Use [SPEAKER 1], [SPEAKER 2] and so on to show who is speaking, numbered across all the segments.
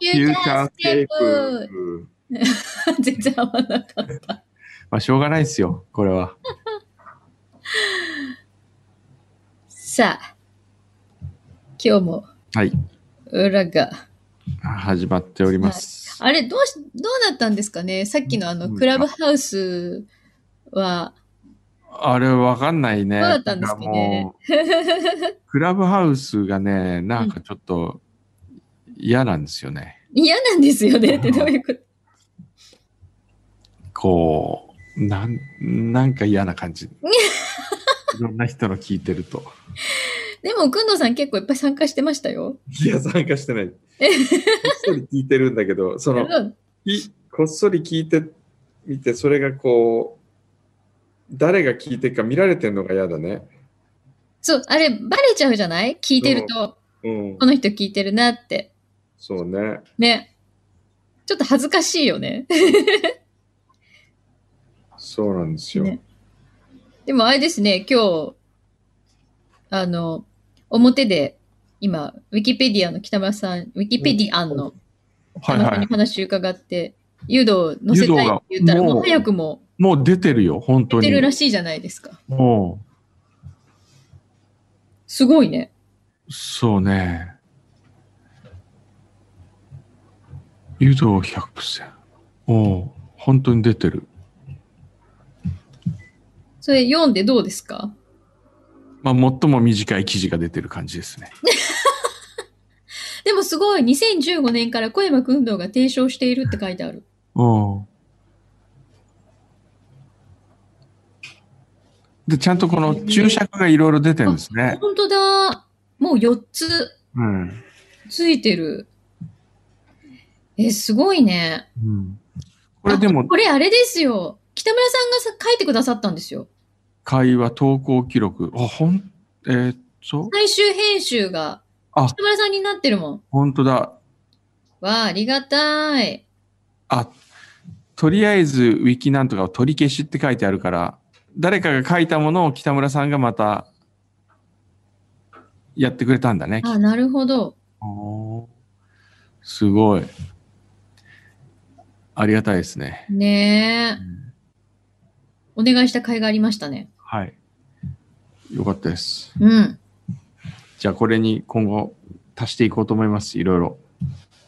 [SPEAKER 1] チューターテープ。
[SPEAKER 2] 全然合わなかった。
[SPEAKER 1] まあ、しょうがないですよ、これは。
[SPEAKER 2] さあ、今日も
[SPEAKER 1] はい。
[SPEAKER 2] 裏が。
[SPEAKER 1] 始まっております。
[SPEAKER 2] あれ、どうし、どうなったんですかねさっきのあ
[SPEAKER 1] う
[SPEAKER 2] の、
[SPEAKER 1] ん
[SPEAKER 2] クラブハウスは、
[SPEAKER 1] あれ、わかんないね。
[SPEAKER 2] どうだったんですかね
[SPEAKER 1] なんか もうクラブハウスがね、なんかちょっと嫌なんですよね。
[SPEAKER 2] 嫌なんですよねってどういうこと
[SPEAKER 1] こう、なん、なんか嫌な感 じ。いろんな人の聞いてると。
[SPEAKER 2] でも、くんどさん結構いっぱい参加してましたよ。
[SPEAKER 1] いや、参加してない。こっそり聞いてるんだけど、その、
[SPEAKER 2] うん
[SPEAKER 1] いこっそり聞いてみて、それがこう、誰が聞いてるか見られてるのが嫌だね。
[SPEAKER 2] そう、あれ、バレちゃうじゃない聞いてると、
[SPEAKER 1] うん
[SPEAKER 2] こ。の人聞いてるなって。
[SPEAKER 1] そうね。
[SPEAKER 2] ね。ちょっと恥ずかしいよね。
[SPEAKER 1] そうなんですよ。
[SPEAKER 2] ねでもあれですね、今日、あの、表で、今、ウィキペディアの北村さん、ウィキペディアンの
[SPEAKER 1] は
[SPEAKER 2] 北
[SPEAKER 1] い
[SPEAKER 2] 村さ
[SPEAKER 1] は
[SPEAKER 2] んに
[SPEAKER 1] い。
[SPEAKER 2] 話伺って、誘導を載せたいって言ったら、
[SPEAKER 1] 誘導が
[SPEAKER 2] もう早くも
[SPEAKER 1] もう出てるよ、本当
[SPEAKER 2] 出
[SPEAKER 1] に。
[SPEAKER 2] てるらしいじゃないですか。
[SPEAKER 1] も
[SPEAKER 2] すごいね。
[SPEAKER 1] う、そうね。誘導100選。おう本当に出てる。
[SPEAKER 2] それ読んでどうですか
[SPEAKER 1] まあ、最も短い記事が出てる感じですね。
[SPEAKER 2] でもすごい、2015年から小山君堂が提唱しているって書いてある。
[SPEAKER 1] うん。で、ちゃんとこの注釈がいろいろ出てるんですね。
[SPEAKER 2] 本当だ。もう4つ
[SPEAKER 1] うん。
[SPEAKER 2] ついてる。え、すごいね。
[SPEAKER 1] うん、これでも
[SPEAKER 2] あ、これあれですよ。北村さんがさ書いてくださったんですよ。
[SPEAKER 1] 会話投稿記録。あ、ほん、えーっと、
[SPEAKER 2] 最終編集が、
[SPEAKER 1] あ
[SPEAKER 2] 北村さんになってるもん。
[SPEAKER 1] 本当だ。
[SPEAKER 2] わあ、ありがたい。
[SPEAKER 1] あ、とりあえず、ウィキなんとかを取り消しって書いてあるから、誰かが書いたものを北村さんがまた、やってくれたんだね。
[SPEAKER 2] あ、なるほど。
[SPEAKER 1] おーすごい。ありがたいですね。
[SPEAKER 2] ねえ。お願いした甲斐がありましたね。
[SPEAKER 1] はい。よかったです。
[SPEAKER 2] うん。
[SPEAKER 1] じゃあ、これに今後、足していこうと思います。いろいろ。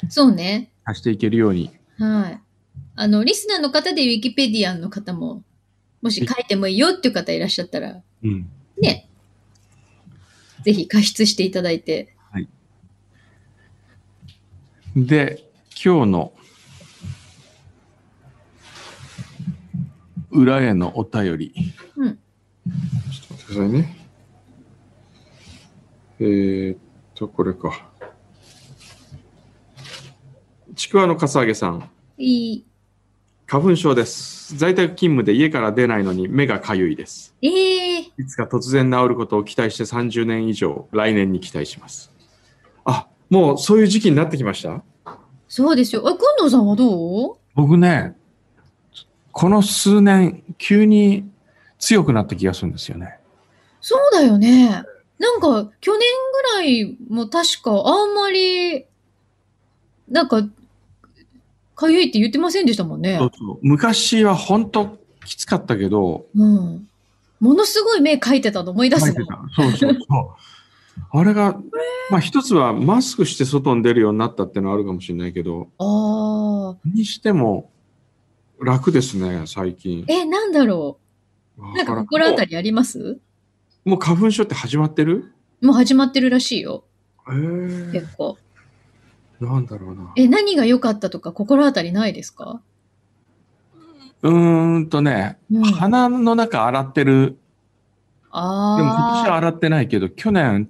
[SPEAKER 2] そうね。
[SPEAKER 1] 足していけるように。
[SPEAKER 2] はい。あの、リスナーの方でウィキペディアンの方も、もし書いてもいいよっていう方いらっしゃったら、
[SPEAKER 1] うん。
[SPEAKER 2] ね。ぜひ加筆していただいて。
[SPEAKER 1] で、今日の裏へのお便り。
[SPEAKER 2] うん。
[SPEAKER 1] ちょっと待ってくださいね。えー、っと、これか。ちくわのかさあげさん。
[SPEAKER 2] い
[SPEAKER 1] 花粉症です。在宅勤務で家から出ないのに目がかゆいです。
[SPEAKER 2] い。ええー。
[SPEAKER 1] いつか突然治ることを期待して30年以上、来年に期待します。あ、もうそういう時期になってきました
[SPEAKER 2] そうですよ。え、くんどうさんはどう
[SPEAKER 1] 僕ね、この数年、急に強くなった気がするんですよね。
[SPEAKER 2] そうだよね。なんか、去年ぐらいも確かあんまり、なんか、かゆいって言ってませんでしたもんね
[SPEAKER 1] そう。そう昔は本当きつかったけど、
[SPEAKER 2] うん。ものすごい目描いてたの思い出す
[SPEAKER 1] 書
[SPEAKER 2] の
[SPEAKER 1] いてた。そうそうそう。あれが、まあ一つはマスクして外に出るようになったってのはあるかもしれないけど、
[SPEAKER 2] ああ。
[SPEAKER 1] にしても楽ですね、最近。
[SPEAKER 2] え、なんだろう。なんか心当た
[SPEAKER 1] り。
[SPEAKER 2] りあります
[SPEAKER 1] もう花粉症って始まってる
[SPEAKER 2] もう始まってるらしいよ。
[SPEAKER 1] えー、
[SPEAKER 2] 結構。
[SPEAKER 1] なんだろうな。
[SPEAKER 2] え、何が良かったとか心当たりないですか
[SPEAKER 1] うーんとね、
[SPEAKER 2] うん
[SPEAKER 1] 鼻の中洗ってる
[SPEAKER 2] ああ。
[SPEAKER 1] でも今年は洗ってないけど、去年、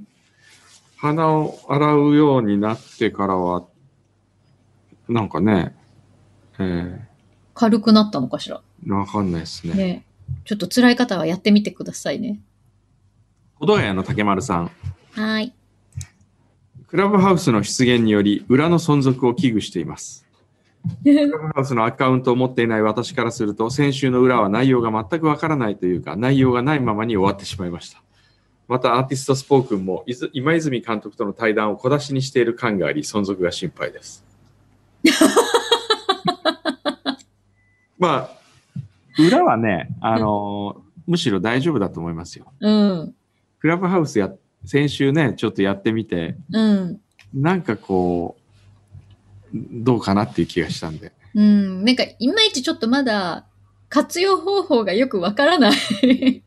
[SPEAKER 1] 鼻を洗うようになってからは、なんかね、え
[SPEAKER 2] 軽くなったのかしら。
[SPEAKER 1] ー、わかんないですね。
[SPEAKER 2] ね。ちょっと辛い方はやってみてくださいね。
[SPEAKER 1] 小戸谷の竹丸さん。
[SPEAKER 2] はーい。
[SPEAKER 1] クラブハウスの出現により、裏の存続を危惧しています。クラブハウスのアカウントを持っていない私からすると、先週の裏は内容が全くわからないというか、内容がないままに終わってしまいました。また、アーティストスポークンも、いず今泉監督との対談を小出しにしている感があり、存続が心配です。まあ、裏はね、あのーむしろ大丈夫だと思いますよ。
[SPEAKER 2] うん。
[SPEAKER 1] クラブハウスや、先週ね、ちょっとやってみて、
[SPEAKER 2] うん。
[SPEAKER 1] なんかこう、どうかなっていう気がしたんで。
[SPEAKER 2] うん。なんか、いまいちちょっとまだ、活用方法がよくわから ない。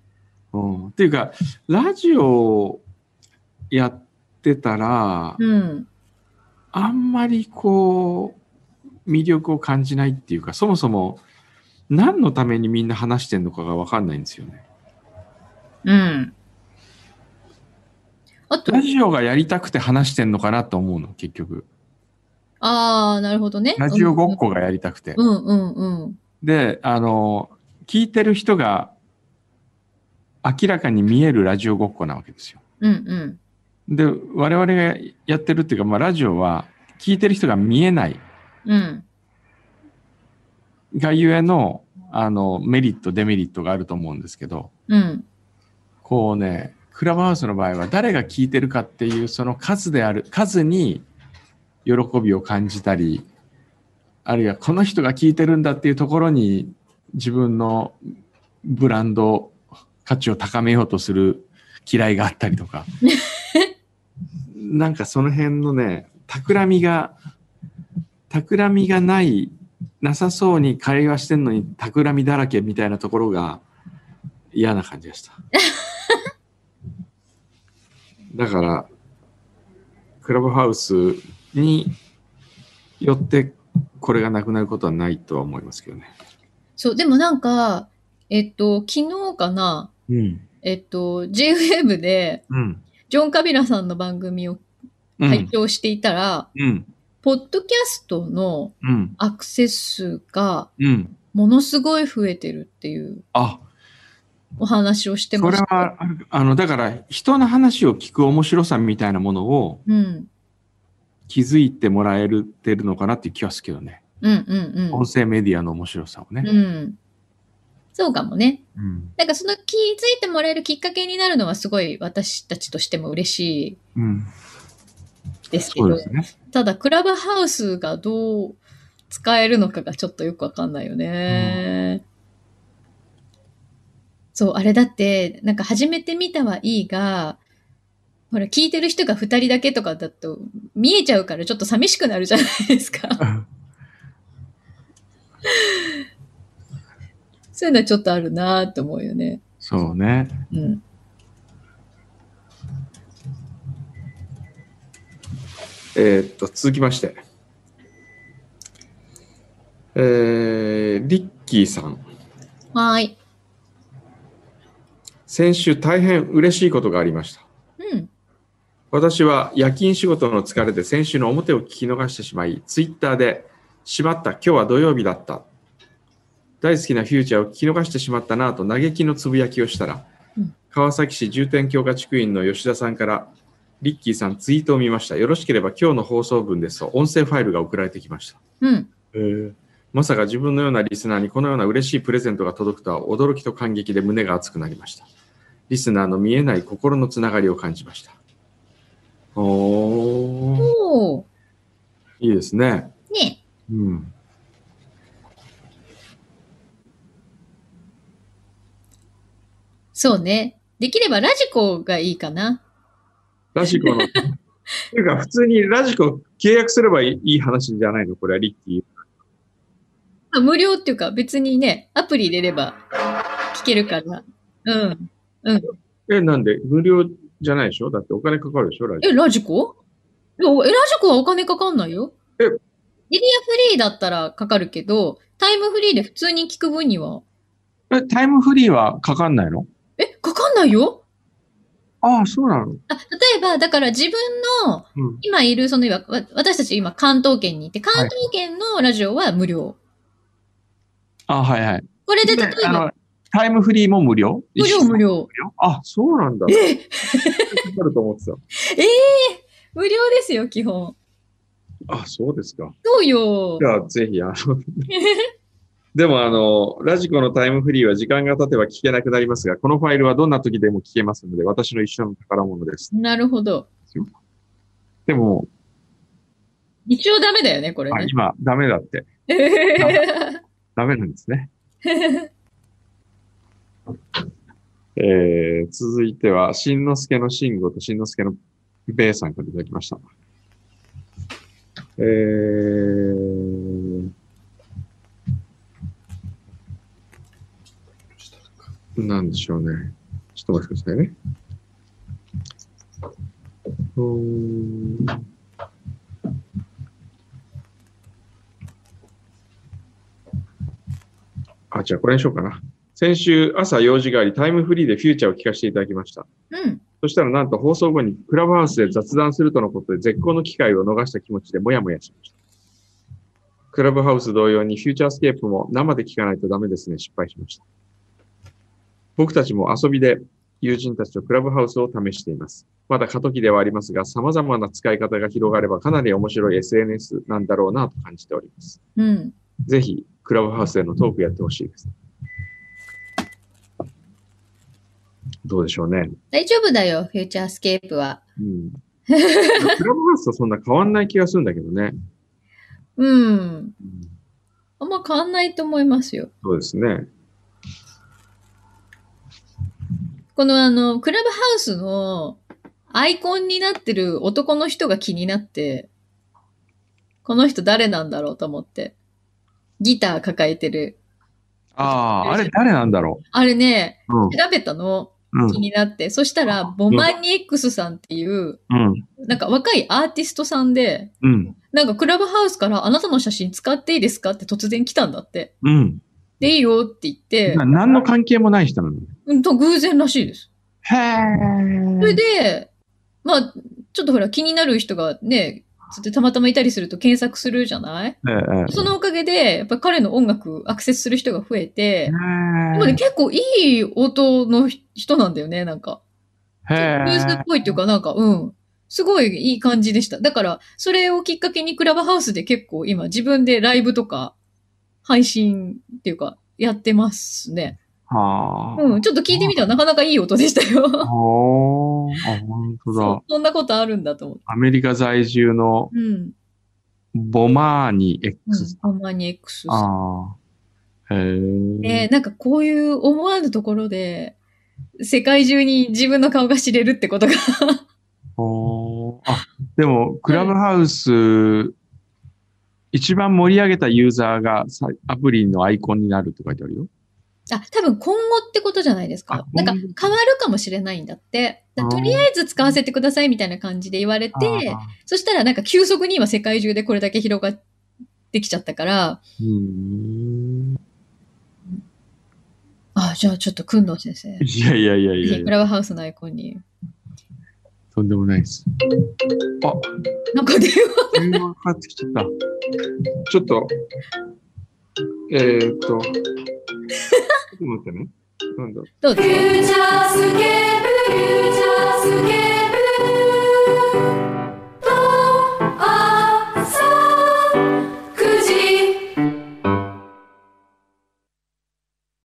[SPEAKER 1] うん、っていうか、ラジオやってたら、
[SPEAKER 2] うん。
[SPEAKER 1] あんまりこう、魅力を感じないっていうか、そもそも何のためにみんな話してんのかがわかんないんですよね。
[SPEAKER 2] うん。あと
[SPEAKER 1] ラ、ジオがやりたくて話してんのかなと思うの、結局。
[SPEAKER 2] ああ、なるほどね。
[SPEAKER 1] ラジオごっこがやりたくて
[SPEAKER 2] う。んうんうん。
[SPEAKER 1] で、あの、聞いてる人が明らかに見えるラジオごっこなわけですよ。
[SPEAKER 2] うんうん。
[SPEAKER 1] で、我々がやってるっていうか、まあラジオは聞いてる人が見えない
[SPEAKER 2] うん。
[SPEAKER 1] がゆえの、あの、メリット、デメリットがあると思うんですけど、
[SPEAKER 2] うん。
[SPEAKER 1] こうね、クラブハウスの場合は誰が聞いてるかっていうその数である、数に喜びを感じたり、あるいはこの人が聞いてるんだっていうところに自分のブランド価値を高めようとする嫌いがあったりとか。なんかその辺のね、企みが、企みがない、なさそうに会話してんのに企みだらけみたいなところが嫌な感じがした。だから、クラブハウスによってこれがなくなることはないとは思いますけどね。
[SPEAKER 2] そう、でもなんか、えっと、昨日かな、
[SPEAKER 1] うん。
[SPEAKER 2] えっと、JWave で、
[SPEAKER 1] うん。
[SPEAKER 2] ジョン・カビラさんの番組を
[SPEAKER 1] う
[SPEAKER 2] 拝
[SPEAKER 1] ん。
[SPEAKER 2] 聴していたら、
[SPEAKER 1] うん。
[SPEAKER 2] ポッドキャストの
[SPEAKER 1] うん。
[SPEAKER 2] アクセス数が
[SPEAKER 1] うん。
[SPEAKER 2] ものすごい増えてるっていう
[SPEAKER 1] あ、
[SPEAKER 2] お話をして
[SPEAKER 1] そ
[SPEAKER 2] ま
[SPEAKER 1] れ
[SPEAKER 2] した。
[SPEAKER 1] はある、あの、だから、人の話を聞く面白さみたいなものを
[SPEAKER 2] うん。
[SPEAKER 1] 気づいてもらえるてるのかなっていう気はするけどね。
[SPEAKER 2] うんうん
[SPEAKER 1] 音声メディアの面白さを
[SPEAKER 2] うん。
[SPEAKER 1] ね。
[SPEAKER 2] うん。そうかもね。
[SPEAKER 1] うん。
[SPEAKER 2] なんかその気づいてもらえるきっかけになるのはすごい私たちとしても嬉し
[SPEAKER 1] うん。
[SPEAKER 2] いですけ
[SPEAKER 1] そう
[SPEAKER 2] ど
[SPEAKER 1] で、すね。
[SPEAKER 2] ただクラブハウスがどう使えるのかがちょっとよくわかんないよね。そう、あれだって、なんか始めてみたはいいが、ほら、聞いてる人が二人だけとかだと見えちゃうからちょっと寂しくなるじゃないですか。 そういうのはちょっとあるなぁと思うよね。
[SPEAKER 1] そうね。
[SPEAKER 2] うん。
[SPEAKER 1] えーっと、続きまして。えー、リッキーさん。
[SPEAKER 2] はーい。
[SPEAKER 1] 先週大変嬉しいことがありました。
[SPEAKER 2] うん。
[SPEAKER 1] 私は夜勤仕事の疲れで先週の表を聞き逃してしまい、ツイッターで、しまった、今日は土曜日だった。大好きなフューチャーを聞き逃してしまったなぁと嘆きのつぶやきをしたら、
[SPEAKER 2] うん
[SPEAKER 1] 川崎市重点教科地区員の吉田さんから、リッキーさんツイートを見ました。よろしければ今日の放送分ですと、音声ファイルが送られてきました。
[SPEAKER 2] うん。
[SPEAKER 1] まさか自分のようなリスナーにこのような嬉しいプレゼントが届くとは驚きと感激で胸が熱くなりました。リスナーの見えない心のつながりを感じました。おー、
[SPEAKER 2] おー。
[SPEAKER 1] いいですね。
[SPEAKER 2] ね
[SPEAKER 1] うん。
[SPEAKER 2] そうね。できればラジコがいいかな。
[SPEAKER 1] ラジコ の。っていうか、普通にラジコ契約すればいい話じゃないのこれはリッキー。
[SPEAKER 2] あ無料っていうか別にね、アプリ入れれば聞けるから。うん。
[SPEAKER 1] え、なんで無料じゃないでしょだってお金かかるでしょラジ
[SPEAKER 2] え、ラジコいやえ、ラジコはお金かかんないよ。
[SPEAKER 1] え
[SPEAKER 2] エリアフリーだったらかかるけど、タイムフリーで普通に聞く分には。
[SPEAKER 1] コ。え、タイムフリーはかかんないの
[SPEAKER 2] え、かかんないよ
[SPEAKER 1] ああ、そうなの
[SPEAKER 2] あ、例えば、だから自分の
[SPEAKER 1] うん。
[SPEAKER 2] 今いる、その、わ私たち今関東圏にいて、関東圏のラジオは無料。
[SPEAKER 1] あはいはい。
[SPEAKER 2] これで例え
[SPEAKER 1] あ
[SPEAKER 2] ば、
[SPEAKER 1] の、タイムフリーも無料
[SPEAKER 2] 無料無料。
[SPEAKER 1] あ、そうなんだ。
[SPEAKER 2] え
[SPEAKER 1] かかると思ってた。
[SPEAKER 2] 無料ですよ、基本。
[SPEAKER 1] あ、そうですか。
[SPEAKER 2] そうよ
[SPEAKER 1] じ。ゃあ、ぜひ、あの、でも、あの、ラジコのタイムフリーは時間が経てば聞けなくなりますが、このファイルはどんな時でも聞けますので、私の一生の宝物です。
[SPEAKER 2] なるほど。
[SPEAKER 1] でも、
[SPEAKER 2] 一応ダメだよね、これ
[SPEAKER 1] あ
[SPEAKER 2] ね。
[SPEAKER 1] 今、ダメだって。ダメなんですね。えー、続いては、しんのすけのしんごとしんのすけのべいさんからいただきました。えー、なんでしょうね。ちょっとお待ちくださいね。うーんあ、じゃあこれにしようかな。先週朝用事があり、タイムフリーでフューチャーを聞かせていただきました。
[SPEAKER 2] うん。
[SPEAKER 1] そしたらなんと放送後にクラブハウスで雑談するとのことで絶好の機会を逃した気持ちでもやもやしました。クラブハウス同様にフューチャースケープも生で聞かないとダメですね。失敗しました。僕たちも遊びで友人たちとクラブハウスを試しています。まだ過渡期ではありますが、様々な使い方が広がればかなり面白い SNS なんだろうなと感じております。
[SPEAKER 2] うん。
[SPEAKER 1] ぜひ、クラブハウスでのトークやってほしいです。どうでしょうね。
[SPEAKER 2] 大丈夫だよ、フューチャースケープは。
[SPEAKER 1] うん。クラブハウスとそんな変わんない気がするんだけどね。
[SPEAKER 2] うん。あんま変わんないと思いますよ。
[SPEAKER 1] そうですね。
[SPEAKER 2] このあの、クラブハウスのアイコンになってる男の人が気になって、この人誰なんだろうと思って。ギター抱えてる。
[SPEAKER 1] ああ、あれ誰なんだろ
[SPEAKER 2] あれね、
[SPEAKER 1] う。うん。
[SPEAKER 2] 調べたの
[SPEAKER 1] う
[SPEAKER 2] 気になって。そしたら、ボマニ X さんっていう、
[SPEAKER 1] ん。
[SPEAKER 2] なんか若いアーティストさんで、
[SPEAKER 1] うん。
[SPEAKER 2] なんかクラブハウスからあなたの写真使っていいですかって突然来たんだって。
[SPEAKER 1] うん。
[SPEAKER 2] で、いいよって言って
[SPEAKER 1] な、何の関係もない人なの。
[SPEAKER 2] うんと偶然らしいです。そ
[SPEAKER 1] へ
[SPEAKER 2] れ
[SPEAKER 1] え。
[SPEAKER 2] で、まあ、ちょっとほら気になる人がね、つってたまたまいたりすると検索するじゃない
[SPEAKER 1] ええ
[SPEAKER 2] そのおかげで、やっぱり彼の音楽アクセスする人が増えて、でも
[SPEAKER 1] へ
[SPEAKER 2] ね、結構いい音の人なんだよね、なんか。
[SPEAKER 1] え。へ
[SPEAKER 2] ブルースっぽいっていうか、なんか、うん。すごいいい感じでした。だから、それをきっかけにクラブハウスで結構今自分でライブとか配信っていうかやってますね。
[SPEAKER 1] は
[SPEAKER 2] うん。ちょっと聞いてみたらなかなかいい音でした
[SPEAKER 1] あ。
[SPEAKER 2] よ。
[SPEAKER 1] ほーあ、本当
[SPEAKER 2] そ
[SPEAKER 1] だ
[SPEAKER 2] う。そんなことあるんだと思って。
[SPEAKER 1] アメリカ在住の
[SPEAKER 2] うん。
[SPEAKER 1] ボマーニ
[SPEAKER 2] うん
[SPEAKER 1] X。。
[SPEAKER 2] たまに X さん。
[SPEAKER 1] ああ。へ
[SPEAKER 2] ね
[SPEAKER 1] え。
[SPEAKER 2] なんかこういう思わぬところで、世界中に自分の顔が知れるってことが。
[SPEAKER 1] ほーあ、でも、クラブハウス、一番盛り上げたユーザーがさアプリのアイコンになるって書いてあるよ。
[SPEAKER 2] あ、多分今後ってことじゃないですか
[SPEAKER 1] あ。
[SPEAKER 2] なんか
[SPEAKER 1] 今後
[SPEAKER 2] 変わるかもしれないんだって。だ
[SPEAKER 1] あー
[SPEAKER 2] とりあえず使わせてくださいみたいな感じで言われて
[SPEAKER 1] あ、ー
[SPEAKER 2] そしたらなんか急速に今世界中でこれだけ広がってきちゃったから、
[SPEAKER 1] うーん。
[SPEAKER 2] あ、じゃあちょっとくんの先生。
[SPEAKER 1] いやいやいやいや
[SPEAKER 2] ぜひ
[SPEAKER 1] い
[SPEAKER 2] ク
[SPEAKER 1] や、
[SPEAKER 2] ラブハウスのアイコンに。
[SPEAKER 1] とんでもないです。
[SPEAKER 2] なんか電
[SPEAKER 1] 電話かかってきちゃった。ちょっと、えー、っと、ちょっと待ってね。なんだ
[SPEAKER 2] 話どうぞ。
[SPEAKER 3] Future Scoop.